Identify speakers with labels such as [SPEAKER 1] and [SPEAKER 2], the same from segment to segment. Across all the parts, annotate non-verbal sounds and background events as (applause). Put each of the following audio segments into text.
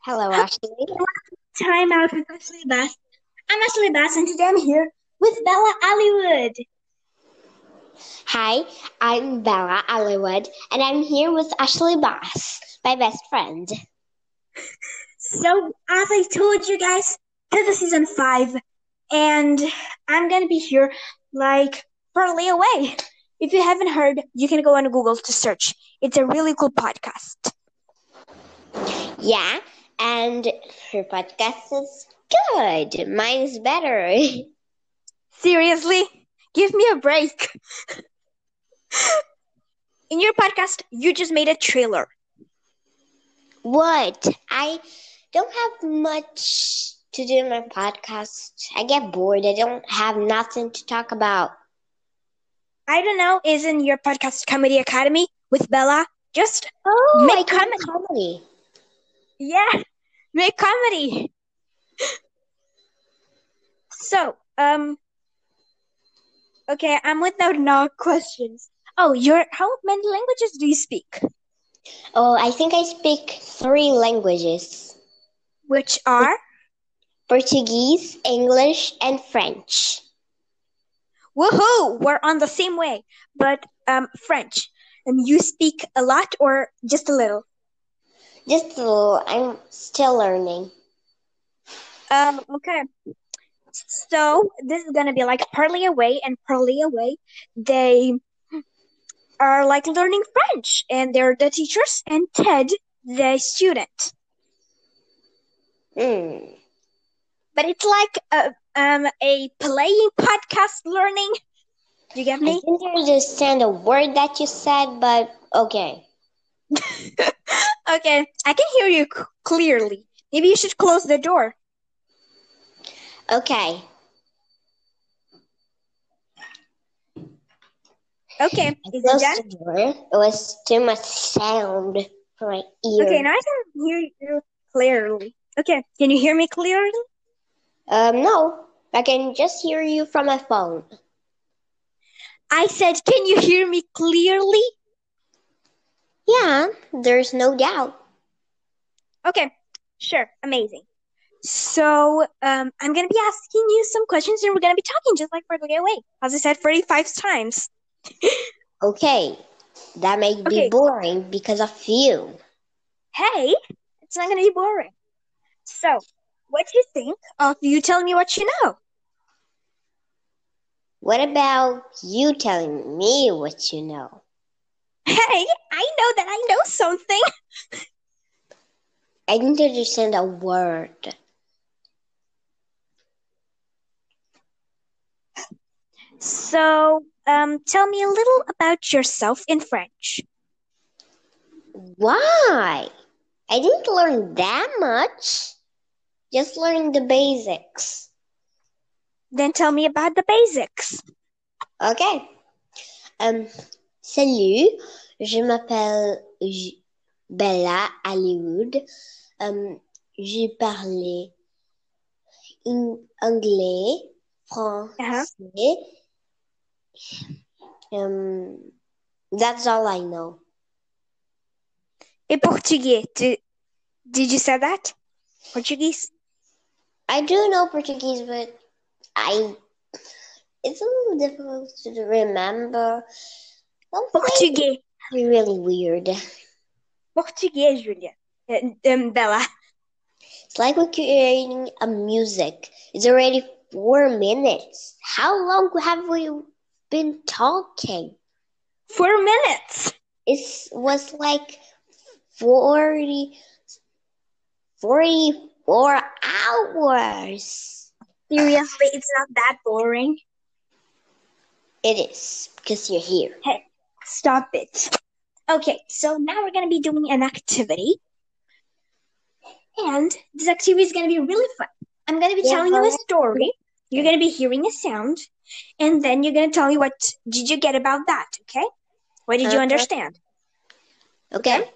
[SPEAKER 1] Hello, Ashley.
[SPEAKER 2] Time out with Ashley Bass. I'm Ashley Bass, and today I'm here with Bella Hollywood.
[SPEAKER 1] Hi, I'm Bella Allywood, and I'm here with Ashley Bass, my best friend.
[SPEAKER 2] So, as I told you guys, this is season five, and I'm gonna be here like partly away. If you haven't heard, you can go on Google to search. It's a really cool podcast.
[SPEAKER 1] Yeah, and her podcast is good. Mine is better. (laughs)
[SPEAKER 2] Seriously, give me a break. (laughs) In your podcast, you just made a trailer.
[SPEAKER 1] what? I don't have much to do in my podcast. I get bored. I don't have nothing to talk about.
[SPEAKER 2] I don't know, isn't your podcast Comedy Academy with Bella? Just,
[SPEAKER 1] Oh,
[SPEAKER 2] Make
[SPEAKER 1] I can
[SPEAKER 2] comedy.
[SPEAKER 1] comedy.
[SPEAKER 2] yeah, make comedy. So, um, okay, I'm without no questions. Oh, you're, how many languages do you speak?
[SPEAKER 1] Oh, I think I speak three languages.
[SPEAKER 2] Which are?
[SPEAKER 1] Portuguese, English, and French.
[SPEAKER 2] Woohoo! We're on the same way, but um, French. And you speak a lot or just a little?
[SPEAKER 1] Just a little, I'm still learning.
[SPEAKER 2] Um, okay. So this is gonna be like partly away and partly away. They are like learning French, and they're the teachers and Ted, the student.
[SPEAKER 1] Mm.
[SPEAKER 2] But it's like a um a playing podcast learning. You get
[SPEAKER 1] I
[SPEAKER 2] me?
[SPEAKER 1] didn't understand a word that you said, but okay.
[SPEAKER 2] Okay, I can hear you c- clearly. Maybe you should close the door.
[SPEAKER 1] Okay.
[SPEAKER 2] (laughs) Okay,
[SPEAKER 1] I
[SPEAKER 2] is it
[SPEAKER 1] closed
[SPEAKER 2] done?
[SPEAKER 1] the door. It was too much sound for my ear.
[SPEAKER 2] Okay, now I can hear you clearly. Okay, can you hear me clearly?
[SPEAKER 1] Um, no. I can just hear you from my phone.
[SPEAKER 2] I said, can you hear me clearly?
[SPEAKER 1] Yeah, there's no doubt.
[SPEAKER 2] Okay, sure, amazing. So, um, I'm gonna be asking you some questions and we're gonna be talking just like we're going away. As I said 45 times.
[SPEAKER 1] Okay. That may
[SPEAKER 2] Okay.
[SPEAKER 1] be boring because of you.
[SPEAKER 2] Hey, it's not gonna be boring. So, what do you think of you telling me what you know?
[SPEAKER 1] What about you telling me what you know?
[SPEAKER 2] Hey, I know that I know something.
[SPEAKER 1] I didn't understand a word.
[SPEAKER 2] So, um, tell me a little about yourself in French.
[SPEAKER 1] Why? I didn't learn that much. Just learned the basics.
[SPEAKER 2] Then tell me about the basics.
[SPEAKER 1] Okay. Um, salut, je m'appelle J- Bella Hollywood. Um, j'ai parlé in- anglais,
[SPEAKER 2] Uh-huh.
[SPEAKER 1] français. Um, that's all I know.
[SPEAKER 2] In Portuguese. Did, did you say that? Portuguese?
[SPEAKER 1] I do know Portuguese, but I it's a little difficult to remember. Something
[SPEAKER 2] Portuguese.
[SPEAKER 1] really weird.
[SPEAKER 2] Portuguese, Julia. Uh, um, Bella. (laughs)
[SPEAKER 1] It's like we're creating a music. It's already four minutes. How long have we been talking?
[SPEAKER 2] Four minutes.
[SPEAKER 1] It was like 40, 44 hours.
[SPEAKER 2] (laughs) Seriously, it's not that boring.
[SPEAKER 1] It is because you're here.
[SPEAKER 2] Stop it. Okay, so now we're gonna be doing an activity. And this activity is gonna be really fun. I'm gonna be
[SPEAKER 1] Yeah,
[SPEAKER 2] telling you a
[SPEAKER 1] alright.
[SPEAKER 2] story. You're gonna be hearing a sound, and then you're gonna tell me what did you get about that, okay? What did you
[SPEAKER 1] Uh-huh.
[SPEAKER 2] understand?
[SPEAKER 1] Okay.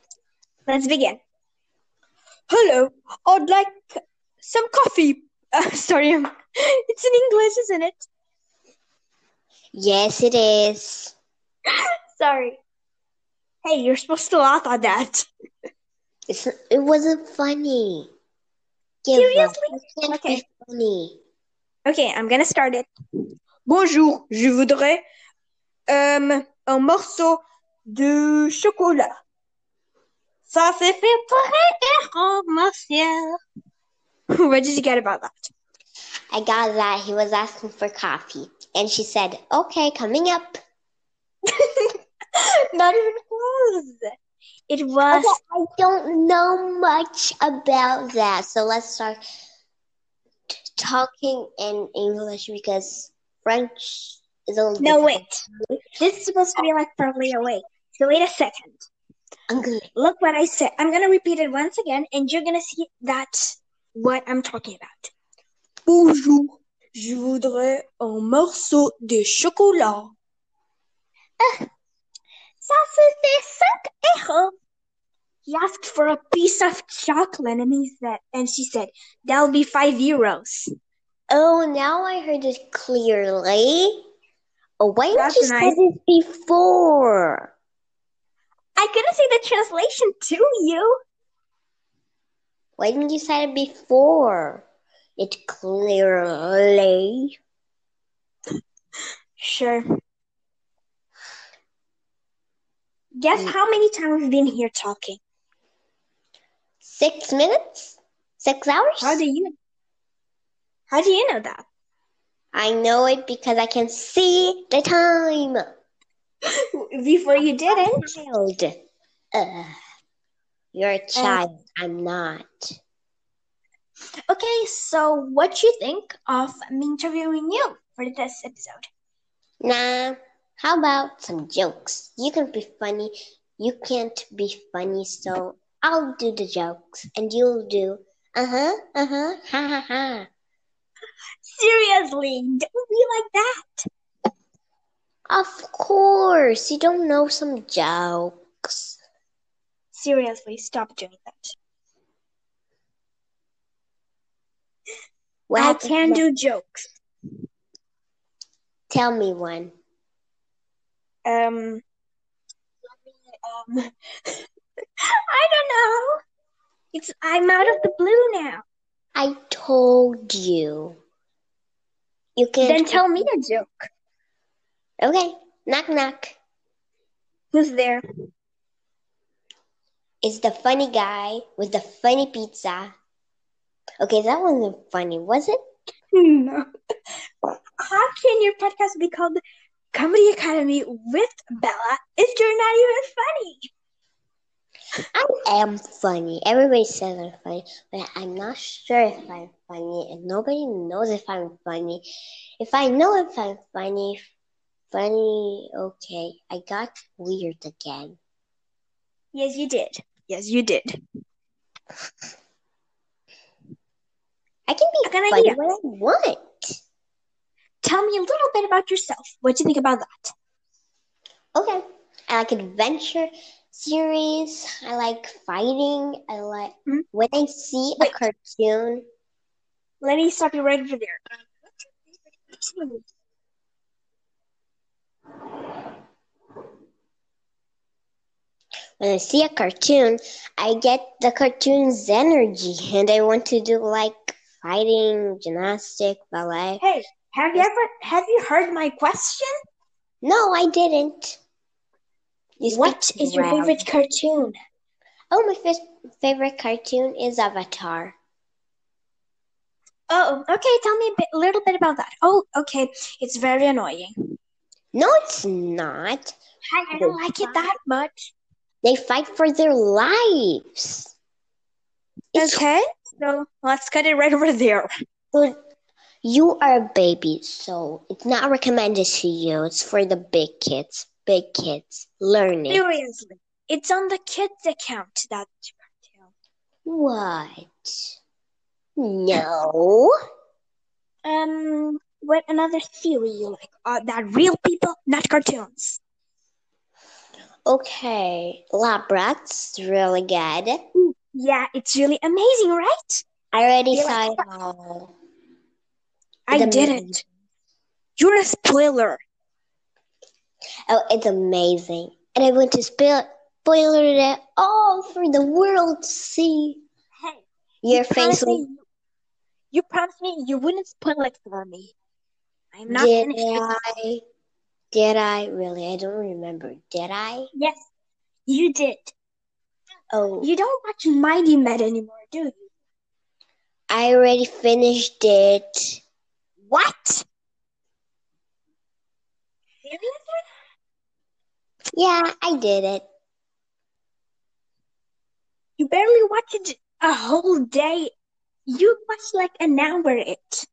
[SPEAKER 2] Let's begin. Hello, I'd like some coffee. (laughs) Uh, sorry, I'm- it's in English, isn't it?
[SPEAKER 1] Yes, it is.
[SPEAKER 2] Sorry. Hey, you're supposed to laugh at that.
[SPEAKER 1] It's, it wasn't funny. Give up.
[SPEAKER 2] Seriously?
[SPEAKER 1] You can't
[SPEAKER 2] Okay.
[SPEAKER 1] be funny.
[SPEAKER 2] Okay, I'm gonna start it. Bonjour, je voudrais euh, un morceau de chocolat. Ça c'est fait pour un monsieur. (laughs) What did you get about that?
[SPEAKER 1] I got that he was asking for coffee, and she said, "Okay, coming up."
[SPEAKER 2] Not even close. It was.
[SPEAKER 1] Okay, I don't know much about that, so let's start t- talking in English because French is a little
[SPEAKER 2] No,
[SPEAKER 1] difficult.
[SPEAKER 2] wait. This is supposed to be like farther away. So wait a second.
[SPEAKER 1] English.
[SPEAKER 2] Look what I said. I'm gonna repeat it once again, and you're gonna see that what I'm talking about. Bonjour, je voudrais un morceau de chocolat. Ça c'était cinq euros. He asked for a piece of chocolate, and he said, and she said, "That'll be five euros."
[SPEAKER 1] Oh, now I heard it clearly. Oh, why didn't
[SPEAKER 2] That's
[SPEAKER 1] you say
[SPEAKER 2] nice.
[SPEAKER 1] this before?
[SPEAKER 2] I couldn't say the translation to you.
[SPEAKER 1] Why didn't you say it before? It clearly.
[SPEAKER 2] Sure. Guess how many times we've been here talking?
[SPEAKER 1] Six minutes? Six hours?
[SPEAKER 2] How do you? How do you know that?
[SPEAKER 1] I know it because I can see the time.
[SPEAKER 2] Before you didn't.
[SPEAKER 1] Child. Ugh. Uh, You're
[SPEAKER 2] Uh,
[SPEAKER 1] a child. I'm not.
[SPEAKER 2] Okay, so what you think of me interviewing you for this episode?
[SPEAKER 1] Nah. How about some jokes? You can be funny. You can't be funny, so I'll do the jokes and you'll do. Uh huh. Uh huh. Ha ha ha.
[SPEAKER 2] Seriously, don't be like that.
[SPEAKER 1] Of course, you don't know some jokes.
[SPEAKER 2] Seriously, stop doing that.
[SPEAKER 1] What
[SPEAKER 2] I
[SPEAKER 1] happened
[SPEAKER 2] can
[SPEAKER 1] to-
[SPEAKER 2] do jokes.
[SPEAKER 1] Tell me one.
[SPEAKER 2] Um. Um. (laughs) I don't know. It's I'm out of the blue now.
[SPEAKER 1] I told you. You can't.
[SPEAKER 2] Then tell me a joke.
[SPEAKER 1] Okay. Knock knock.
[SPEAKER 2] Who's there?
[SPEAKER 1] It's the funny guy with the funny pizza. Okay, that wasn't funny, was it?
[SPEAKER 2] No. How can your podcast be called Comedy Academy with Bella if you're not even funny?
[SPEAKER 1] I am funny. Everybody says I'm funny, but I'm not sure if I'm funny, and nobody knows if I'm funny. If I know if I'm funny, funny, okay. I got weird again.
[SPEAKER 2] Yes, you did. Yes, you did.
[SPEAKER 1] I can be
[SPEAKER 2] I got an
[SPEAKER 1] funny
[SPEAKER 2] idea.
[SPEAKER 1] when I want.
[SPEAKER 2] Tell me a little bit about yourself. What do you think about that?
[SPEAKER 1] Okay. I like adventure series. I like fighting. I like
[SPEAKER 2] Hmm?
[SPEAKER 1] when I see a
[SPEAKER 2] Wait.
[SPEAKER 1] cartoon.
[SPEAKER 2] Let me stop you right over there. Uh, what's your favorite cartoon?
[SPEAKER 1] when I see a cartoon, I get the cartoon's energy and I want to do like fighting, gymnastic, ballet.
[SPEAKER 2] Hey, have you ever have you heard my question?
[SPEAKER 1] No, I didn't. You speak
[SPEAKER 2] What
[SPEAKER 1] too
[SPEAKER 2] is your
[SPEAKER 1] loud.
[SPEAKER 2] favorite cartoon?
[SPEAKER 1] Oh, my f- favorite cartoon is Avatar.
[SPEAKER 2] Oh, okay. Tell me a bit, little bit about that. Oh, okay. It's very annoying.
[SPEAKER 1] No, it's not.
[SPEAKER 2] I, I don't like it that much.
[SPEAKER 1] They fight for their lives. It's
[SPEAKER 2] Okay, so let's cut it right over there.
[SPEAKER 1] good. You are a baby, so it's not recommended to you. It's for the big kids. Big kids learning.
[SPEAKER 2] Seriously, it's on the kids' account that cartoon.
[SPEAKER 1] What? No.
[SPEAKER 2] Um, what another theory you like? Uh, that real people, not cartoons.
[SPEAKER 1] Okay. Lab rats, really good.
[SPEAKER 2] Yeah, it's really amazing, right?
[SPEAKER 1] I already
[SPEAKER 2] Yeah.
[SPEAKER 1] saw it all.
[SPEAKER 2] I
[SPEAKER 1] It's
[SPEAKER 2] did
[SPEAKER 1] amazing.
[SPEAKER 2] it. You're a spoiler.
[SPEAKER 1] Oh, it's amazing. And I want to spoil spoiler it all for the world to see.
[SPEAKER 2] Hey,
[SPEAKER 1] Your
[SPEAKER 2] you kinda
[SPEAKER 1] face
[SPEAKER 2] say
[SPEAKER 1] will
[SPEAKER 2] you- You promised me you wouldn't spoil it for me. I'm not
[SPEAKER 1] did
[SPEAKER 2] finished. with-
[SPEAKER 1] I? Did I really? I don't remember. Did I?
[SPEAKER 2] Yes, you did.
[SPEAKER 1] Oh,
[SPEAKER 2] You don't watch Mighty Med anymore, do you?
[SPEAKER 1] I already finished it.
[SPEAKER 2] What? Seriously?
[SPEAKER 1] Yeah, I did it.
[SPEAKER 2] You barely watched a whole day. You watched like an hour it.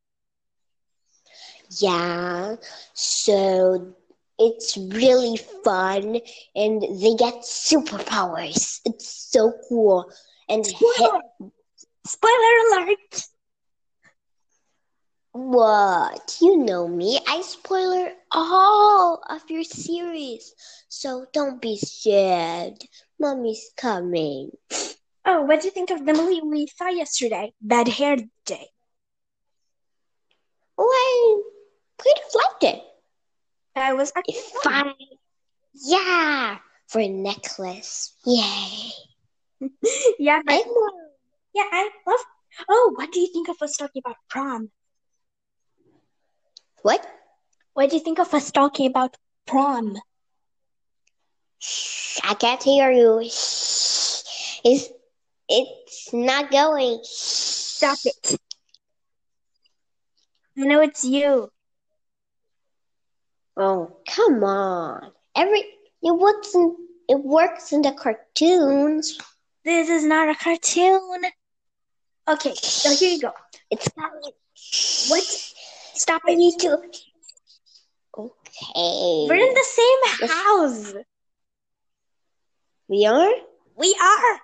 [SPEAKER 1] Yeah. So it's really fun, and they get superpowers. It's so cool. And hit
[SPEAKER 2] Spoiler, spoiler alert.
[SPEAKER 1] what? You know me. I spoiler all of your series. So don't be sad. Mommy's coming.
[SPEAKER 2] Oh, what do you think of the movie we saw yesterday? Bad Hair Day.
[SPEAKER 1] Oh, I kind of liked it.
[SPEAKER 2] That was actually
[SPEAKER 1] If
[SPEAKER 2] fun.
[SPEAKER 1] I, yeah, for a necklace. Yay.
[SPEAKER 2] yeah, but
[SPEAKER 1] And more.
[SPEAKER 2] yeah, I love. Oh, what do you think of us talking about prom?
[SPEAKER 1] What?
[SPEAKER 2] What do you think of us talking about prom?
[SPEAKER 1] Shh, I can't hear you. Shh. It's it's not going.
[SPEAKER 2] Stop it. I know it's you.
[SPEAKER 1] Oh, come on. Every it works in it works in the cartoons.
[SPEAKER 2] This is not a cartoon. Okay, so here you go.
[SPEAKER 1] It's coming.
[SPEAKER 2] What? Stop
[SPEAKER 1] I
[SPEAKER 2] it.
[SPEAKER 1] need to. Okay.
[SPEAKER 2] We're in the same
[SPEAKER 1] Yes.
[SPEAKER 2] house.
[SPEAKER 1] We are.
[SPEAKER 2] We are.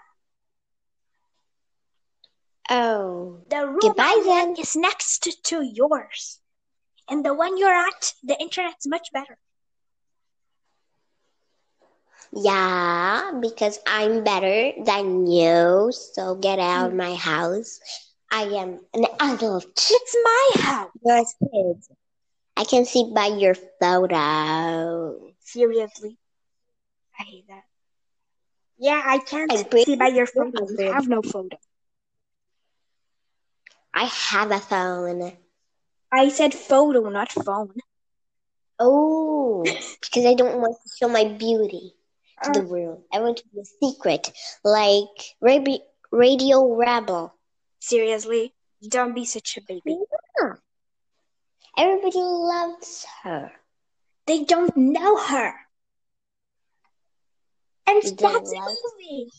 [SPEAKER 1] Oh,
[SPEAKER 2] The room
[SPEAKER 1] Goodbye,
[SPEAKER 2] I'm in
[SPEAKER 1] then.
[SPEAKER 2] is next to yours. And the one you're at, the internet's much better.
[SPEAKER 1] yeah. Because I'm better than you. So get out of my house. I am an adult. (laughs)
[SPEAKER 2] It's my house.
[SPEAKER 1] You're a kid. I can see by your photo.
[SPEAKER 2] Seriously. I hate that. Yeah, I can't
[SPEAKER 1] I bring-
[SPEAKER 2] see by your photo. You have no photo.
[SPEAKER 1] I have a phone.
[SPEAKER 2] I said photo, not phone.
[SPEAKER 1] Oh, because I don't want to show my beauty to the
[SPEAKER 2] Uh,
[SPEAKER 1] world. I want to be a secret, like Rabi- Radio Rebel.
[SPEAKER 2] seriously, don't be such a
[SPEAKER 1] Mm-hmm.
[SPEAKER 2] baby.
[SPEAKER 1] Everybody loves her.
[SPEAKER 2] They don't know her. And
[SPEAKER 1] They
[SPEAKER 2] that's
[SPEAKER 1] love-
[SPEAKER 2] movie.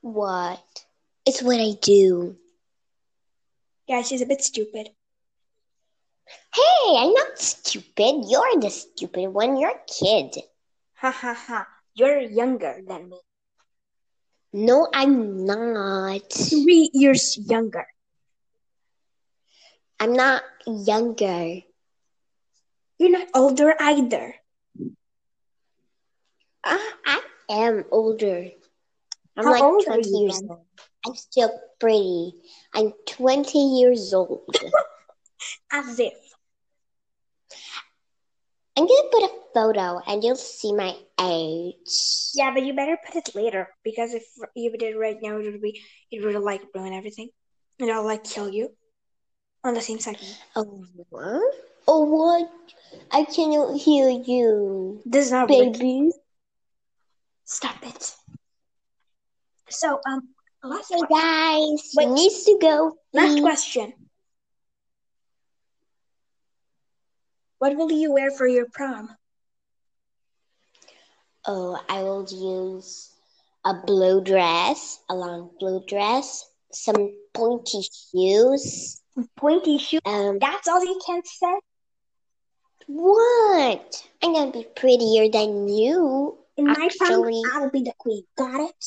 [SPEAKER 1] What? It's what I do.
[SPEAKER 2] Yeah, she's a bit stupid.
[SPEAKER 1] Hey, I'm not stupid. You're the stupid one. You're a kid.
[SPEAKER 2] Ha ha ha. You're younger than me.
[SPEAKER 1] No, I'm not.
[SPEAKER 2] Three years younger.
[SPEAKER 1] I'm not younger.
[SPEAKER 2] You're not older either.
[SPEAKER 1] Uh, I am older. I'm
[SPEAKER 2] How
[SPEAKER 1] like
[SPEAKER 2] old are
[SPEAKER 1] 20
[SPEAKER 2] you
[SPEAKER 1] years
[SPEAKER 2] then?
[SPEAKER 1] old. I'm still pretty. I'm 20 years old.
[SPEAKER 2] As if.
[SPEAKER 1] I'm gonna put a photo and you'll see my age.
[SPEAKER 2] Yeah, but you better put it later because if you did it right now, it would be it would like ruin everything, and I'll like kill you on the same second.
[SPEAKER 1] Oh, what? Oh, what? I cannot hear you,
[SPEAKER 2] This is not working.
[SPEAKER 1] baby.
[SPEAKER 2] Stop it. So um, last
[SPEAKER 1] So,
[SPEAKER 2] question.
[SPEAKER 1] guys,
[SPEAKER 2] Wait.
[SPEAKER 1] you need to go.
[SPEAKER 2] Last
[SPEAKER 1] eat.
[SPEAKER 2] question. What will you wear for your prom?
[SPEAKER 1] Oh, I will use a blue dress, a long blue dress, some pointy shoes.
[SPEAKER 2] Pointy shoes.
[SPEAKER 1] Um,
[SPEAKER 2] That's all you can say.
[SPEAKER 1] What? I'm gonna be prettier than you.
[SPEAKER 2] In my prom,
[SPEAKER 1] Actually,
[SPEAKER 2] I'll be the queen. Got it?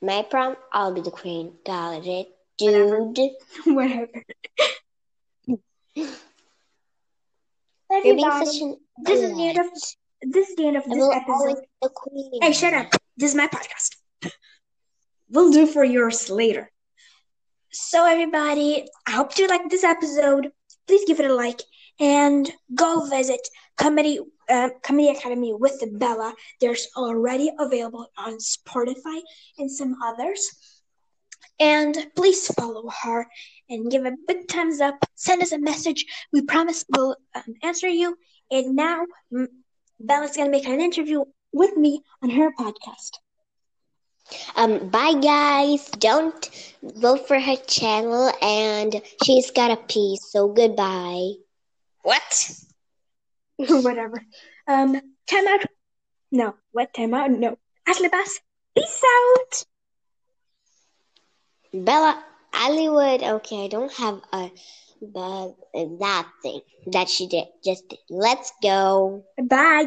[SPEAKER 1] my prom, I'll be the queen. Got it,
[SPEAKER 2] Whatever.
[SPEAKER 1] dude.
[SPEAKER 2] (laughs) Whatever. Love
[SPEAKER 1] You're
[SPEAKER 2] you,
[SPEAKER 1] being
[SPEAKER 2] darling.
[SPEAKER 1] such an
[SPEAKER 2] This is the end of
[SPEAKER 1] idiot.
[SPEAKER 2] this is the end of
[SPEAKER 1] I
[SPEAKER 2] this
[SPEAKER 1] will always
[SPEAKER 2] episode.
[SPEAKER 1] be the queen.
[SPEAKER 2] Hey, shut up. This is my podcast. We'll do for yours later. So, everybody, I hope you liked this episode. Please give it a like and go visit Comedy um, Comedy Academy with Bella. There's already available on Spotify and some others. And please follow her and give a big thumbs up. Send us a message. We promise we'll um, answer you. And now, mm, Bella's going to make an interview with me on her podcast. (laughs)
[SPEAKER 1] Um, bye guys. Don't vote for her channel, and she's got a piece. So goodbye. What?
[SPEAKER 2] Whatever. Um, time out. No. What time out? No. Ashley Bass, peace out.
[SPEAKER 1] Bella Hollywood. Okay, I don't have a uh, the that thing that she did. Just let's go.
[SPEAKER 2] Bye.